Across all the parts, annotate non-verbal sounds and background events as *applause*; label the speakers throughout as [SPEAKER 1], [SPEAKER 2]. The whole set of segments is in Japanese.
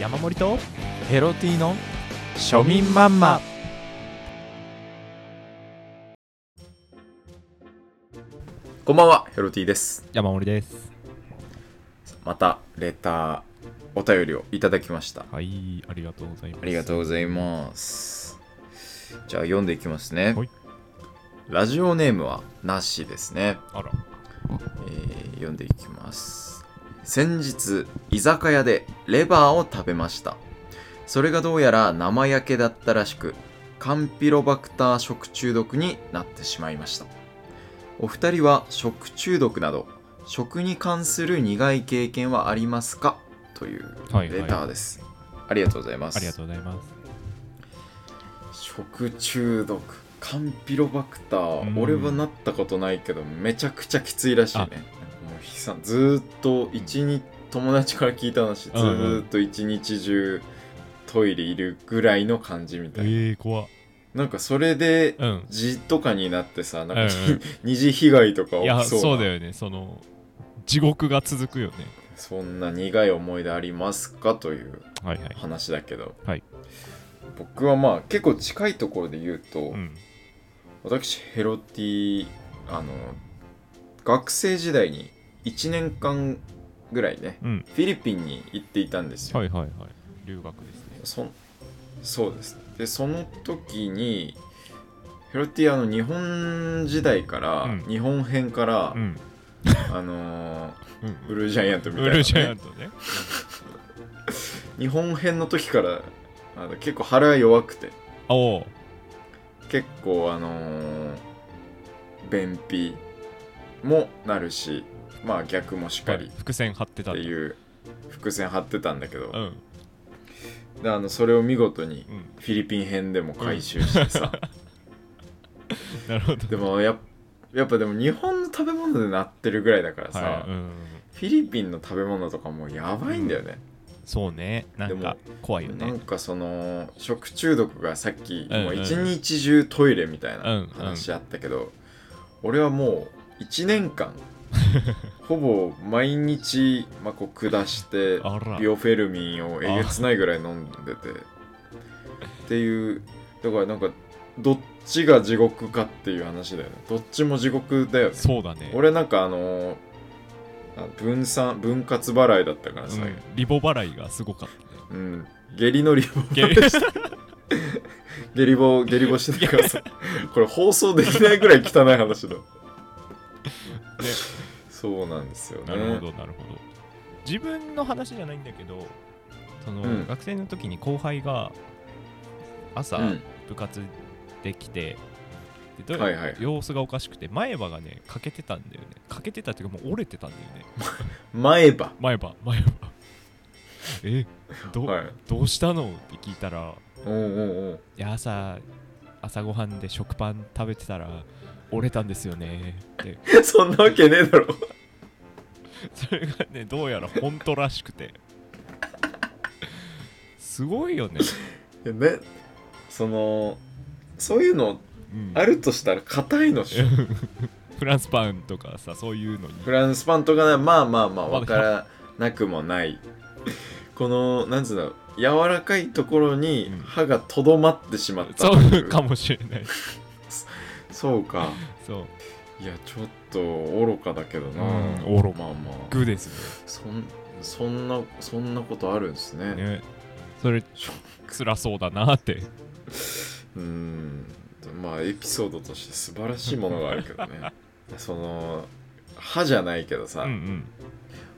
[SPEAKER 1] 山盛りとヘロティの庶民マンマ
[SPEAKER 2] こんばんは、ヘロティです。
[SPEAKER 1] 山盛りです
[SPEAKER 2] また、レター、お便りをいただきました。
[SPEAKER 1] はいありがとうございます
[SPEAKER 2] ありがとうございます。じゃあ、読んでいきますね。
[SPEAKER 1] はい
[SPEAKER 2] ラジオネームは、なしですね、
[SPEAKER 1] あら
[SPEAKER 2] えー読んでいきます。先日、居酒屋でレバーを食べました。それがどうやら生焼けだったらしく、カンピロバクター食中毒になってしまいました。お二人は食中毒など食に関する苦い経験はありますかという
[SPEAKER 1] はいはい
[SPEAKER 2] レターです、ありがとうございます
[SPEAKER 1] ありがとうございます
[SPEAKER 2] 食中毒カンピロバクター、
[SPEAKER 1] うん
[SPEAKER 2] 俺はなったことないけどめちゃくちゃきついらしいね
[SPEAKER 1] あ
[SPEAKER 2] もうひさんずーっと一日、友達から聞いた話ず
[SPEAKER 1] うんうん
[SPEAKER 2] ーっと一日中トイレいるぐらいの感じみたいな、
[SPEAKER 1] えー、怖っ
[SPEAKER 2] なんかそれで
[SPEAKER 1] うん
[SPEAKER 2] 字とかになってさなんか、
[SPEAKER 1] うんうん
[SPEAKER 2] *laughs* 二次被害とか
[SPEAKER 1] い
[SPEAKER 2] 起
[SPEAKER 1] や
[SPEAKER 2] き
[SPEAKER 1] そう
[SPEAKER 2] そうな
[SPEAKER 1] だよねその地獄が続くよね
[SPEAKER 2] そんな苦い思い出ありますかという
[SPEAKER 1] はいはい
[SPEAKER 2] 話だけど、
[SPEAKER 1] はい
[SPEAKER 2] 僕はまあ結構近いところで言うと、
[SPEAKER 1] うん
[SPEAKER 2] 私ヘロティあの学生時代に1年間ぐらいね
[SPEAKER 1] うん
[SPEAKER 2] フィリピンに行っていたんですよ、
[SPEAKER 1] はいはいはい留学ですね
[SPEAKER 2] そんそうですでその時にヘロティあの日本時代から、
[SPEAKER 1] うん
[SPEAKER 2] 日本編から、
[SPEAKER 1] うん
[SPEAKER 2] あのー
[SPEAKER 1] うん
[SPEAKER 2] ブルージャイアントみたい
[SPEAKER 1] ウ
[SPEAKER 2] な、ね、
[SPEAKER 1] ルジャイアントね
[SPEAKER 2] 日本編の時からあの結構腹が弱くて
[SPEAKER 1] おお
[SPEAKER 2] 結構あのー便秘もなるしまあ逆もしっかり
[SPEAKER 1] 伏線張ってた
[SPEAKER 2] っ
[SPEAKER 1] ん
[SPEAKER 2] て
[SPEAKER 1] だ
[SPEAKER 2] いう伏線張ってたんだけど
[SPEAKER 1] う、ん
[SPEAKER 2] であのそれを見事に
[SPEAKER 1] うん
[SPEAKER 2] フィリピン編でも回収してさ、
[SPEAKER 1] なるほ *laughs* ど
[SPEAKER 2] でもやっやっぱでも日本の食べ物でなってるぐらいだからさ、
[SPEAKER 1] はい、うん、
[SPEAKER 2] フィリピンの食べ物とかもうやばいんだよね、
[SPEAKER 1] そうねなんか怖いよ
[SPEAKER 2] なん
[SPEAKER 1] ね
[SPEAKER 2] かその食中毒がさっき、
[SPEAKER 1] うんうん
[SPEAKER 2] もう一日中トイレみたい
[SPEAKER 1] うんうん
[SPEAKER 2] な話あったけど、俺はもう1年
[SPEAKER 1] *laughs*
[SPEAKER 2] 間ほぼ毎日、まあ、こう下して
[SPEAKER 1] あら
[SPEAKER 2] ビオフェルミンをえげつないぐらい飲んでてっていうだからなんかどっちが地獄かっていう話だよねどっちも地獄だよね
[SPEAKER 1] そうだね
[SPEAKER 2] 俺なんかあのーあ分散分割払いだったからさ、
[SPEAKER 1] うんリボ払いがすごかったね
[SPEAKER 2] うん、下痢のリボ
[SPEAKER 1] ゲー
[SPEAKER 2] *laughs* 下痢棒下痢棒してた
[SPEAKER 1] *laughs*
[SPEAKER 2] からさこれ放送できないぐらい汚い話だ、そうなんですよね
[SPEAKER 1] なるほどなるほど自分の話じゃないんだけどその、
[SPEAKER 2] うん
[SPEAKER 1] 学生の時に後輩が朝
[SPEAKER 2] うん
[SPEAKER 1] 部活できて、でどう
[SPEAKER 2] はいはい
[SPEAKER 1] 様子がおかしくて前歯がね欠けてたんだよね欠けてたっていうかもう折れてたんだよね
[SPEAKER 2] 前歯
[SPEAKER 1] 前歯前歯 *laughs* えど,、
[SPEAKER 2] はい
[SPEAKER 1] どうしたのって聞いたら
[SPEAKER 2] おうんうんうん
[SPEAKER 1] いや朝朝ごはんで食パン食べてたら折れたんですよねって
[SPEAKER 2] *laughs* そんなわけねえだろ
[SPEAKER 1] *laughs* それがねどうやら本当らしくてすごいよね、
[SPEAKER 2] いやねそのそういうの
[SPEAKER 1] うん
[SPEAKER 2] あるとしたら硬いのっしょ
[SPEAKER 1] *laughs* フランスパンとかさそういうのに
[SPEAKER 2] フランスパンとかねまあまあ
[SPEAKER 1] ま
[SPEAKER 2] まあ
[SPEAKER 1] だ
[SPEAKER 2] わからなくもないこのなんつうんだろう柔らかいところに
[SPEAKER 1] うん
[SPEAKER 2] 歯がとどまってしまったとい
[SPEAKER 1] そうかもしれない
[SPEAKER 2] そうか
[SPEAKER 1] そう
[SPEAKER 2] いやちょっと愚かだけどな、
[SPEAKER 1] うん愚か
[SPEAKER 2] まあまあ
[SPEAKER 1] グーです
[SPEAKER 2] そんそんなそんなことあるんですね
[SPEAKER 1] ねねそれ辛そうだなって
[SPEAKER 2] うーんまあエピソードとして素晴らしいものがあるけ
[SPEAKER 1] *laughs*
[SPEAKER 2] どねその歯じゃないけどさ、
[SPEAKER 1] うんうん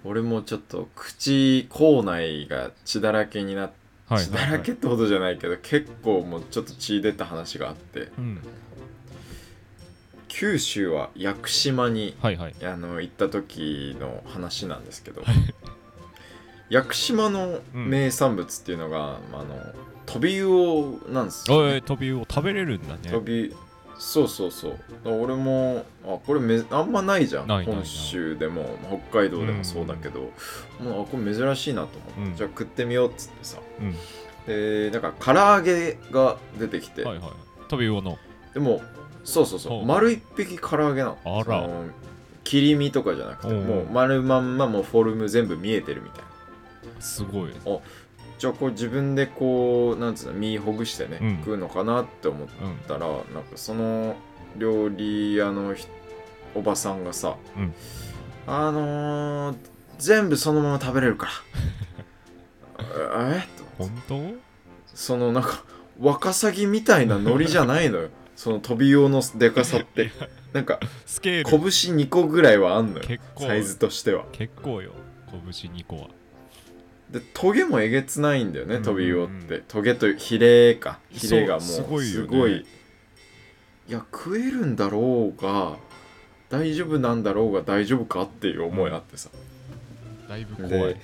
[SPEAKER 2] 俺もちょっと口口内が血だらけになって、
[SPEAKER 1] はい
[SPEAKER 2] 血だらけってほどじゃないけど結構もうちょっと血出た話があって
[SPEAKER 1] うん
[SPEAKER 2] 九州は屋久島に
[SPEAKER 1] はいはい
[SPEAKER 2] あの行った時の話なんですけど屋久島の名産物っていうのが、まああのトビウオなんですよ、
[SPEAKER 1] お
[SPEAKER 2] ね
[SPEAKER 1] い、飛びを食べれるんだね
[SPEAKER 2] トビそうそうそうだから俺もあこれめあんまないじゃん
[SPEAKER 1] ないないない
[SPEAKER 2] 本州でもまあ北海道でもそうだけど、もうあこれ珍しいなと思って、
[SPEAKER 1] うん
[SPEAKER 2] じゃあ食ってみようっつってさ
[SPEAKER 1] うん
[SPEAKER 2] でなんか唐揚げが出てきて、
[SPEAKER 1] はいはい飛び魚の
[SPEAKER 2] でもそうそうそ
[SPEAKER 1] ほ
[SPEAKER 2] う
[SPEAKER 1] う
[SPEAKER 2] 丸一匹唐揚げなの
[SPEAKER 1] あら
[SPEAKER 2] その切り身とかじゃなくて
[SPEAKER 1] おうおう
[SPEAKER 2] もう丸まんまもうフォルム全部見えてるみたいな
[SPEAKER 1] すごい
[SPEAKER 2] じゃあこう自分でこうなんつうの身ほぐしてね、
[SPEAKER 1] うん
[SPEAKER 2] 食うのかなって思っ
[SPEAKER 1] うん
[SPEAKER 2] たらなんかその料理屋のひおばさんがさ、
[SPEAKER 1] うん
[SPEAKER 2] あのー全部そのまま食べれるから
[SPEAKER 1] *laughs*
[SPEAKER 2] ええと思って
[SPEAKER 1] 本当
[SPEAKER 2] そのなんかワカサギみたいなノリじゃな
[SPEAKER 1] *laughs*
[SPEAKER 2] いのよその飛び用のでかさってなんか
[SPEAKER 1] スケー
[SPEAKER 2] 拳
[SPEAKER 1] ル
[SPEAKER 2] 2個ぐらいはあんのよ
[SPEAKER 1] 結構
[SPEAKER 2] サイズとしては
[SPEAKER 1] 結構よ拳2個は
[SPEAKER 2] でトゲもえげつないんだよね
[SPEAKER 1] うん
[SPEAKER 2] トビウオって、
[SPEAKER 1] うん
[SPEAKER 2] トゲというヒレか
[SPEAKER 1] そう
[SPEAKER 2] ヒレがもう
[SPEAKER 1] す
[SPEAKER 2] す
[SPEAKER 1] ご
[SPEAKER 2] ご
[SPEAKER 1] い
[SPEAKER 2] い
[SPEAKER 1] よね
[SPEAKER 2] いや食えるんだろうが大丈夫なんだろうが大丈夫かっていう思いあってさ、
[SPEAKER 1] だいぶ怖い
[SPEAKER 2] で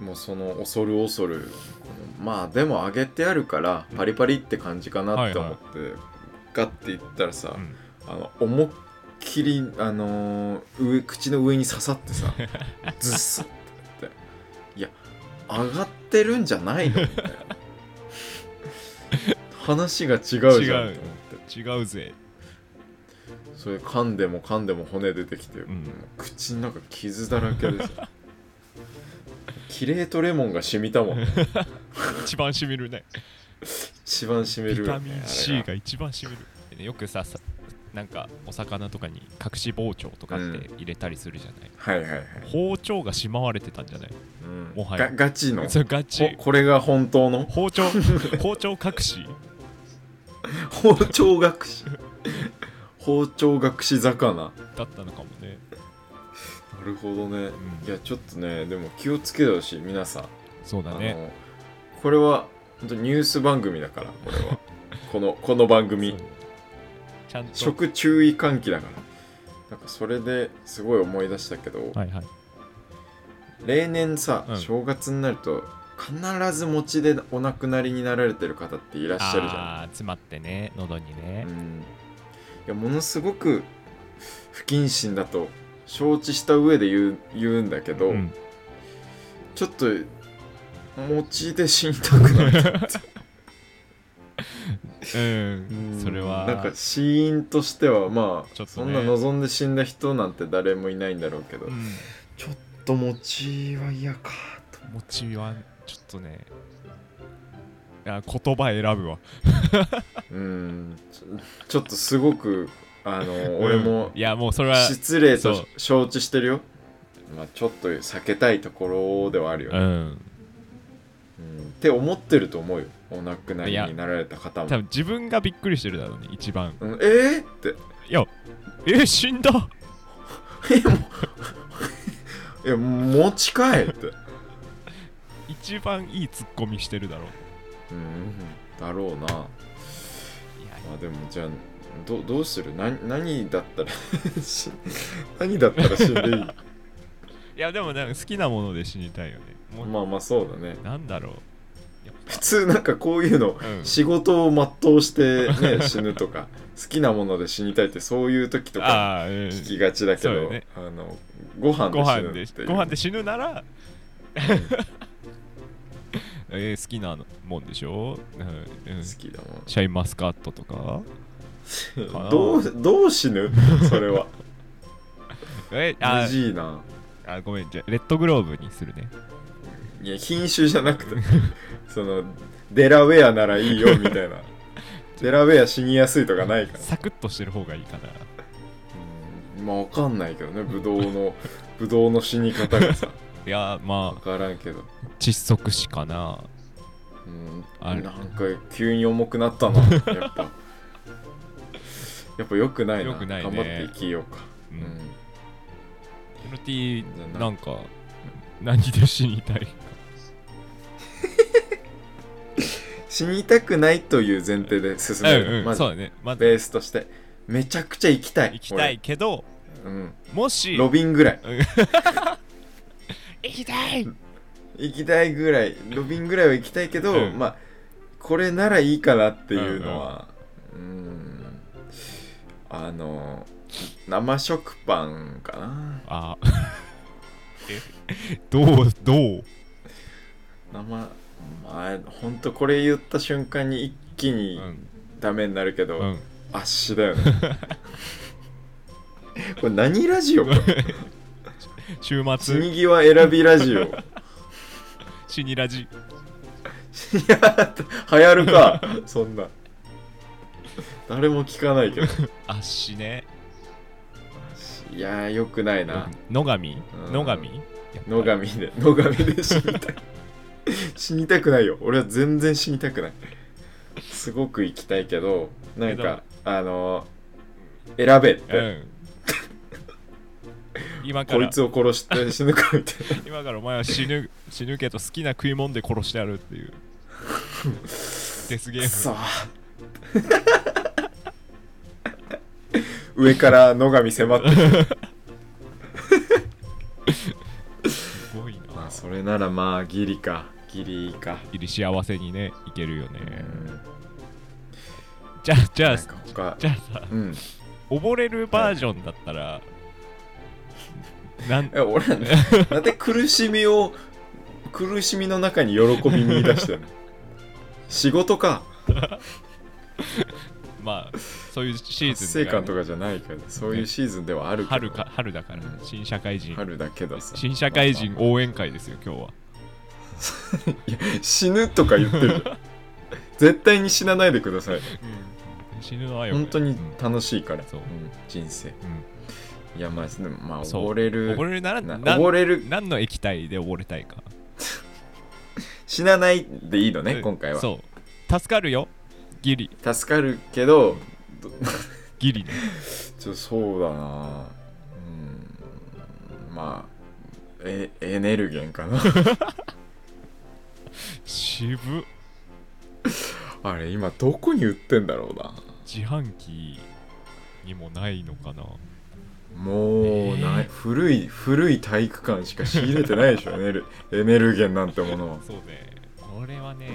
[SPEAKER 2] もうその恐る恐るまあでも揚げてあるからパリパリって感じかなって思って、ガッていったらさ、
[SPEAKER 1] うん
[SPEAKER 2] あの思いっきり、あのー上口の上に刺さって
[SPEAKER 1] *laughs*
[SPEAKER 2] さずっすってっていや上がってるんじゃないのみたいな話が違うじゃんと思って
[SPEAKER 1] 違うぜ
[SPEAKER 2] それ噛んでも噛んでも骨出てきて、
[SPEAKER 1] ん
[SPEAKER 2] もう口の中傷だらけですキレートレモンが染みたもん
[SPEAKER 1] 一番しみるね
[SPEAKER 2] 一番染み
[SPEAKER 1] ビ
[SPEAKER 2] る
[SPEAKER 1] タ
[SPEAKER 2] よね
[SPEAKER 1] ミン
[SPEAKER 2] あれ
[SPEAKER 1] C が一番しみるでねよくささなんかお魚とかに隠し包丁とかって入れたりするじゃない、
[SPEAKER 2] はいはいはい、
[SPEAKER 1] 包丁がしまわれてたんじゃない
[SPEAKER 2] うん
[SPEAKER 1] もはや
[SPEAKER 2] がガチの
[SPEAKER 1] それガチ
[SPEAKER 2] ここれが本当の
[SPEAKER 1] 包
[SPEAKER 2] *laughs*
[SPEAKER 1] 丁包丁隠し
[SPEAKER 2] 包丁隠し包丁隠し魚
[SPEAKER 1] だったのかもね、
[SPEAKER 2] なるほどね
[SPEAKER 1] うん
[SPEAKER 2] いやちょっとねでも気をつけてほしい皆さん、
[SPEAKER 1] そう
[SPEAKER 2] あ
[SPEAKER 1] だね
[SPEAKER 2] のこれは本当ニュース番組だからこれは
[SPEAKER 1] *laughs*
[SPEAKER 2] このこの番組
[SPEAKER 1] そうちゃんと
[SPEAKER 2] 食注意喚起だからなんかそれですごい思い出したけど、
[SPEAKER 1] はいはい
[SPEAKER 2] 例年さ、
[SPEAKER 1] うん
[SPEAKER 2] 正月になると必ず餅でお亡くなりになられてる方っていらっしゃるじゃん
[SPEAKER 1] あー詰まってね喉にね
[SPEAKER 2] う、んいやものすごく不謹慎だと承知した上で言う言うんだけど、
[SPEAKER 1] うん
[SPEAKER 2] ちょっと餅で死にたくない、
[SPEAKER 1] *laughs* うん、 *laughs* それは
[SPEAKER 2] なんか死因としてはまあ、
[SPEAKER 1] ちょっとね
[SPEAKER 2] そんな望んで死んだ人なんて誰もいないんだろうけど、
[SPEAKER 1] うん、
[SPEAKER 2] ちょっと餅は嫌かと
[SPEAKER 1] 餅はちょっとねあ言葉選ぶわ
[SPEAKER 2] うんちょちょっとすごくあの俺も
[SPEAKER 1] うんいやもうそれは
[SPEAKER 2] 失礼
[SPEAKER 1] そう
[SPEAKER 2] と承知してるよ、まあ、ちょっと避けたいところではあるよね
[SPEAKER 1] うん
[SPEAKER 2] うんって思ってると思うよお亡くなりになられた方も
[SPEAKER 1] 多、分自分がびっくりしてるだろうね一番
[SPEAKER 2] うん、えー、って *laughs*
[SPEAKER 1] いや *laughs* えー死んだ
[SPEAKER 2] えもうえ持ち帰って、
[SPEAKER 1] 一番いいツッコミしてるだろう
[SPEAKER 2] うん、だろうなま
[SPEAKER 1] いや
[SPEAKER 2] あでもじゃあどどうするな何だったら *laughs* し何だったら死
[SPEAKER 1] *laughs*
[SPEAKER 2] んでいい
[SPEAKER 1] いやでもなんか好きなもので死にたいよねもう、
[SPEAKER 2] まあまあそうだね
[SPEAKER 1] なんだろう
[SPEAKER 2] 普通なんかこういうの
[SPEAKER 1] うん
[SPEAKER 2] 仕事を全うして、ね、死ぬとか好きなもので死にたいってそういう時とか
[SPEAKER 1] ああ、うん
[SPEAKER 2] 聞きがちだけ
[SPEAKER 1] そう
[SPEAKER 2] ど、
[SPEAKER 1] よね
[SPEAKER 2] あのご飯
[SPEAKER 1] ご
[SPEAKER 2] で死
[SPEAKER 1] 飯
[SPEAKER 2] ぬ
[SPEAKER 1] で
[SPEAKER 2] っていう
[SPEAKER 1] ご飯で死ぬなら *laughs* えー好きなもんでしょ、うんうん、
[SPEAKER 2] 好きだもん
[SPEAKER 1] シャインマスカットとかかな
[SPEAKER 2] *laughs* どうどう死ぬそれは *laughs*
[SPEAKER 1] えあ
[SPEAKER 2] むじいな
[SPEAKER 1] あごめんじゃあレッドグローブにするね
[SPEAKER 2] いや品種じゃなくて *laughs* そのデラウェアならいいよみ *laughs* たいなデラウェア死にやすいとかないから
[SPEAKER 1] サクッとしてる方がいいかな
[SPEAKER 2] うんまあわかんないけどねブドウのブドウの死に方が *laughs* さ
[SPEAKER 1] いやま
[SPEAKER 2] わからんけど、
[SPEAKER 1] あ窒息死かな
[SPEAKER 2] うん、
[SPEAKER 1] あ
[SPEAKER 2] なん
[SPEAKER 1] る
[SPEAKER 2] か急に重くなったなやっぱ *laughs* やっぱよくないな
[SPEAKER 1] 良くないね
[SPEAKER 2] 頑張って生きようか、
[SPEAKER 1] う
[SPEAKER 2] うんん
[SPEAKER 1] NT なんか何で死にたい
[SPEAKER 2] 死にたくないという前提で進める、
[SPEAKER 1] うんう
[SPEAKER 2] ま
[SPEAKER 1] ん
[SPEAKER 2] ず
[SPEAKER 1] そうだねまず
[SPEAKER 2] ベースとしてめちゃくちゃ生きたい
[SPEAKER 1] 行きたいけど
[SPEAKER 2] 俺うん
[SPEAKER 1] もし
[SPEAKER 2] ロビンぐらい
[SPEAKER 1] 行きたい
[SPEAKER 2] 行きたいぐらいロビンぐらいは行きたいけど、
[SPEAKER 1] うん
[SPEAKER 2] まあこれならいいかなっていうのはうんあの生食パンかな
[SPEAKER 1] あ *laughs* えどうどう
[SPEAKER 2] 生まあほんとこれ言った瞬間に一気
[SPEAKER 1] う
[SPEAKER 2] に
[SPEAKER 1] ん
[SPEAKER 2] ダメになるけど、
[SPEAKER 1] うん
[SPEAKER 2] 圧死だ
[SPEAKER 1] *laughs*
[SPEAKER 2] よねこれ
[SPEAKER 1] *laughs*
[SPEAKER 2] 何ラジオか
[SPEAKER 1] 週
[SPEAKER 2] 死
[SPEAKER 1] 末
[SPEAKER 2] に際選びラジオ
[SPEAKER 1] シニラジ
[SPEAKER 2] いや *laughs* 流行るか *laughs* そんな誰も聞かないけど
[SPEAKER 1] あっしね
[SPEAKER 2] いやーよくないな
[SPEAKER 1] 野上
[SPEAKER 2] うん
[SPEAKER 1] 野上
[SPEAKER 2] 野上で野上で死に *laughs* たい死にたくないよ俺は全然死にたくないすごく行きたいけどなんかあのー選べって、 *laughs*
[SPEAKER 1] うん今か
[SPEAKER 2] こい
[SPEAKER 1] ら
[SPEAKER 2] つを殺して死ぬかみたいな
[SPEAKER 1] 今からお前は死ぬ死ぬけど好きな食い物で殺してやるっていうデスゲ
[SPEAKER 2] く
[SPEAKER 1] ー
[SPEAKER 2] そ上から野上迫ってくる
[SPEAKER 1] ムすごい
[SPEAKER 2] ま
[SPEAKER 1] な
[SPEAKER 2] あそれならまあギリかギリか
[SPEAKER 1] 入り幸せにねいけるよ
[SPEAKER 2] う
[SPEAKER 1] ね
[SPEAKER 2] ん
[SPEAKER 1] じゃあじゃ
[SPEAKER 2] な
[SPEAKER 1] あ
[SPEAKER 2] んか他
[SPEAKER 1] じゃあさ
[SPEAKER 2] うん
[SPEAKER 1] 溺れるバージョンだったらなん
[SPEAKER 2] え俺
[SPEAKER 1] *laughs*
[SPEAKER 2] らねなんで苦しみを苦しみの中に喜び見出して
[SPEAKER 1] *laughs*
[SPEAKER 2] るの仕事か
[SPEAKER 1] まあそういうシー
[SPEAKER 2] 達
[SPEAKER 1] ズン
[SPEAKER 2] 成
[SPEAKER 1] だから
[SPEAKER 2] 感とかじゃないけどそういうシーズンではあるけど
[SPEAKER 1] 春か春だから
[SPEAKER 2] うん
[SPEAKER 1] 新社会人
[SPEAKER 2] 春だけどさ
[SPEAKER 1] 新社会人
[SPEAKER 2] ま
[SPEAKER 1] 応援会ですよ今日は
[SPEAKER 2] あいや死ぬとか言ってるじゃん絶対に死なないでください
[SPEAKER 1] 死ぬのはよくない
[SPEAKER 2] 本当に
[SPEAKER 1] うん
[SPEAKER 2] 楽しいから、
[SPEAKER 1] そう
[SPEAKER 2] うん人生
[SPEAKER 1] うん
[SPEAKER 2] いやまあでもまあ
[SPEAKER 1] そう
[SPEAKER 2] 溺れる
[SPEAKER 1] 溺れるなら
[SPEAKER 2] な
[SPEAKER 1] な
[SPEAKER 2] 溺れる
[SPEAKER 1] 何の液体で溺れたいか
[SPEAKER 2] 死なないでいいのね
[SPEAKER 1] うん
[SPEAKER 2] 今回は
[SPEAKER 1] そう助かるよギリ
[SPEAKER 2] 助かるけどど
[SPEAKER 1] ギリね
[SPEAKER 2] ちょそうだなうんまあえエネルゲンか
[SPEAKER 1] *laughs*
[SPEAKER 2] な
[SPEAKER 1] 渋っ
[SPEAKER 2] あれ今どこに売ってんだろうな
[SPEAKER 1] 自販機にもないのかな
[SPEAKER 2] もうない、
[SPEAKER 1] えー
[SPEAKER 2] 古い古い体育館しか仕入れてな
[SPEAKER 1] *laughs*
[SPEAKER 2] いでしょエネルエネルゲンなんてものは
[SPEAKER 1] そうねこれはね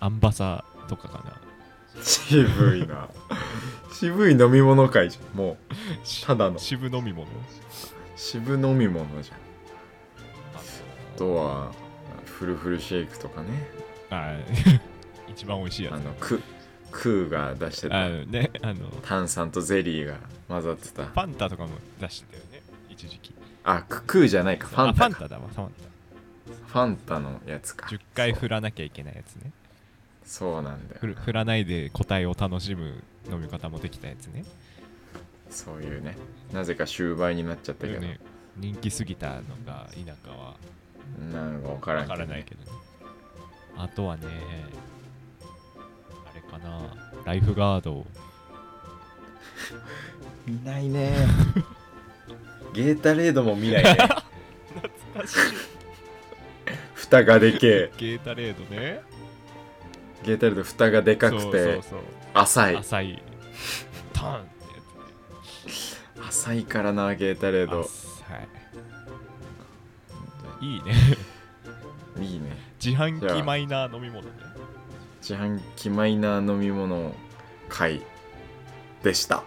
[SPEAKER 1] アンバサとかかな
[SPEAKER 2] 渋
[SPEAKER 1] *laughs*
[SPEAKER 2] いな渋い飲み物会じゃんもうただの
[SPEAKER 1] 渋飲み物
[SPEAKER 2] 渋飲み物じゃん
[SPEAKER 1] あ
[SPEAKER 2] あとはフルフルシェイクとかね
[SPEAKER 1] あ *laughs* 一番美味しいや
[SPEAKER 2] あ
[SPEAKER 1] つ
[SPEAKER 2] のククーが出して
[SPEAKER 1] あ
[SPEAKER 2] た
[SPEAKER 1] のねあの
[SPEAKER 2] 炭酸とゼリーが混ざってた
[SPEAKER 1] ファンタとかも出してたよね一時期
[SPEAKER 2] あククーじゃないかファ
[SPEAKER 1] あ
[SPEAKER 2] ン
[SPEAKER 1] ファ
[SPEAKER 2] タ
[SPEAKER 1] ン
[SPEAKER 2] か
[SPEAKER 1] タだわファン
[SPEAKER 2] ファンタのやつか
[SPEAKER 1] タ10回振らなきゃいけないやつね
[SPEAKER 2] そうそうなんだよ
[SPEAKER 1] 振る振らないで答えを楽しむ飲み方もできたやつね
[SPEAKER 2] そういうねなぜか終売になっちゃったけど、
[SPEAKER 1] ね人気すぎたのが田舎は
[SPEAKER 2] なんか分からん
[SPEAKER 1] わからないけどねあとはねあれかなライフガード
[SPEAKER 2] 見ないね *laughs* ゲータレードも
[SPEAKER 1] *laughs*
[SPEAKER 2] 見ないね
[SPEAKER 1] 懐かしい
[SPEAKER 2] *laughs* 蓋がでけえ
[SPEAKER 1] ゲータレードね
[SPEAKER 2] ゲータレード蓋がでかくて
[SPEAKER 1] そうそう
[SPEAKER 2] 浅
[SPEAKER 1] そう、
[SPEAKER 2] い
[SPEAKER 1] 浅いターンってやつね
[SPEAKER 2] 浅いからなゲータレード
[SPEAKER 1] はい。いいね。
[SPEAKER 2] いいね
[SPEAKER 1] 自販機マイナー飲み物ね。
[SPEAKER 2] 自販機マイナー飲み物会でした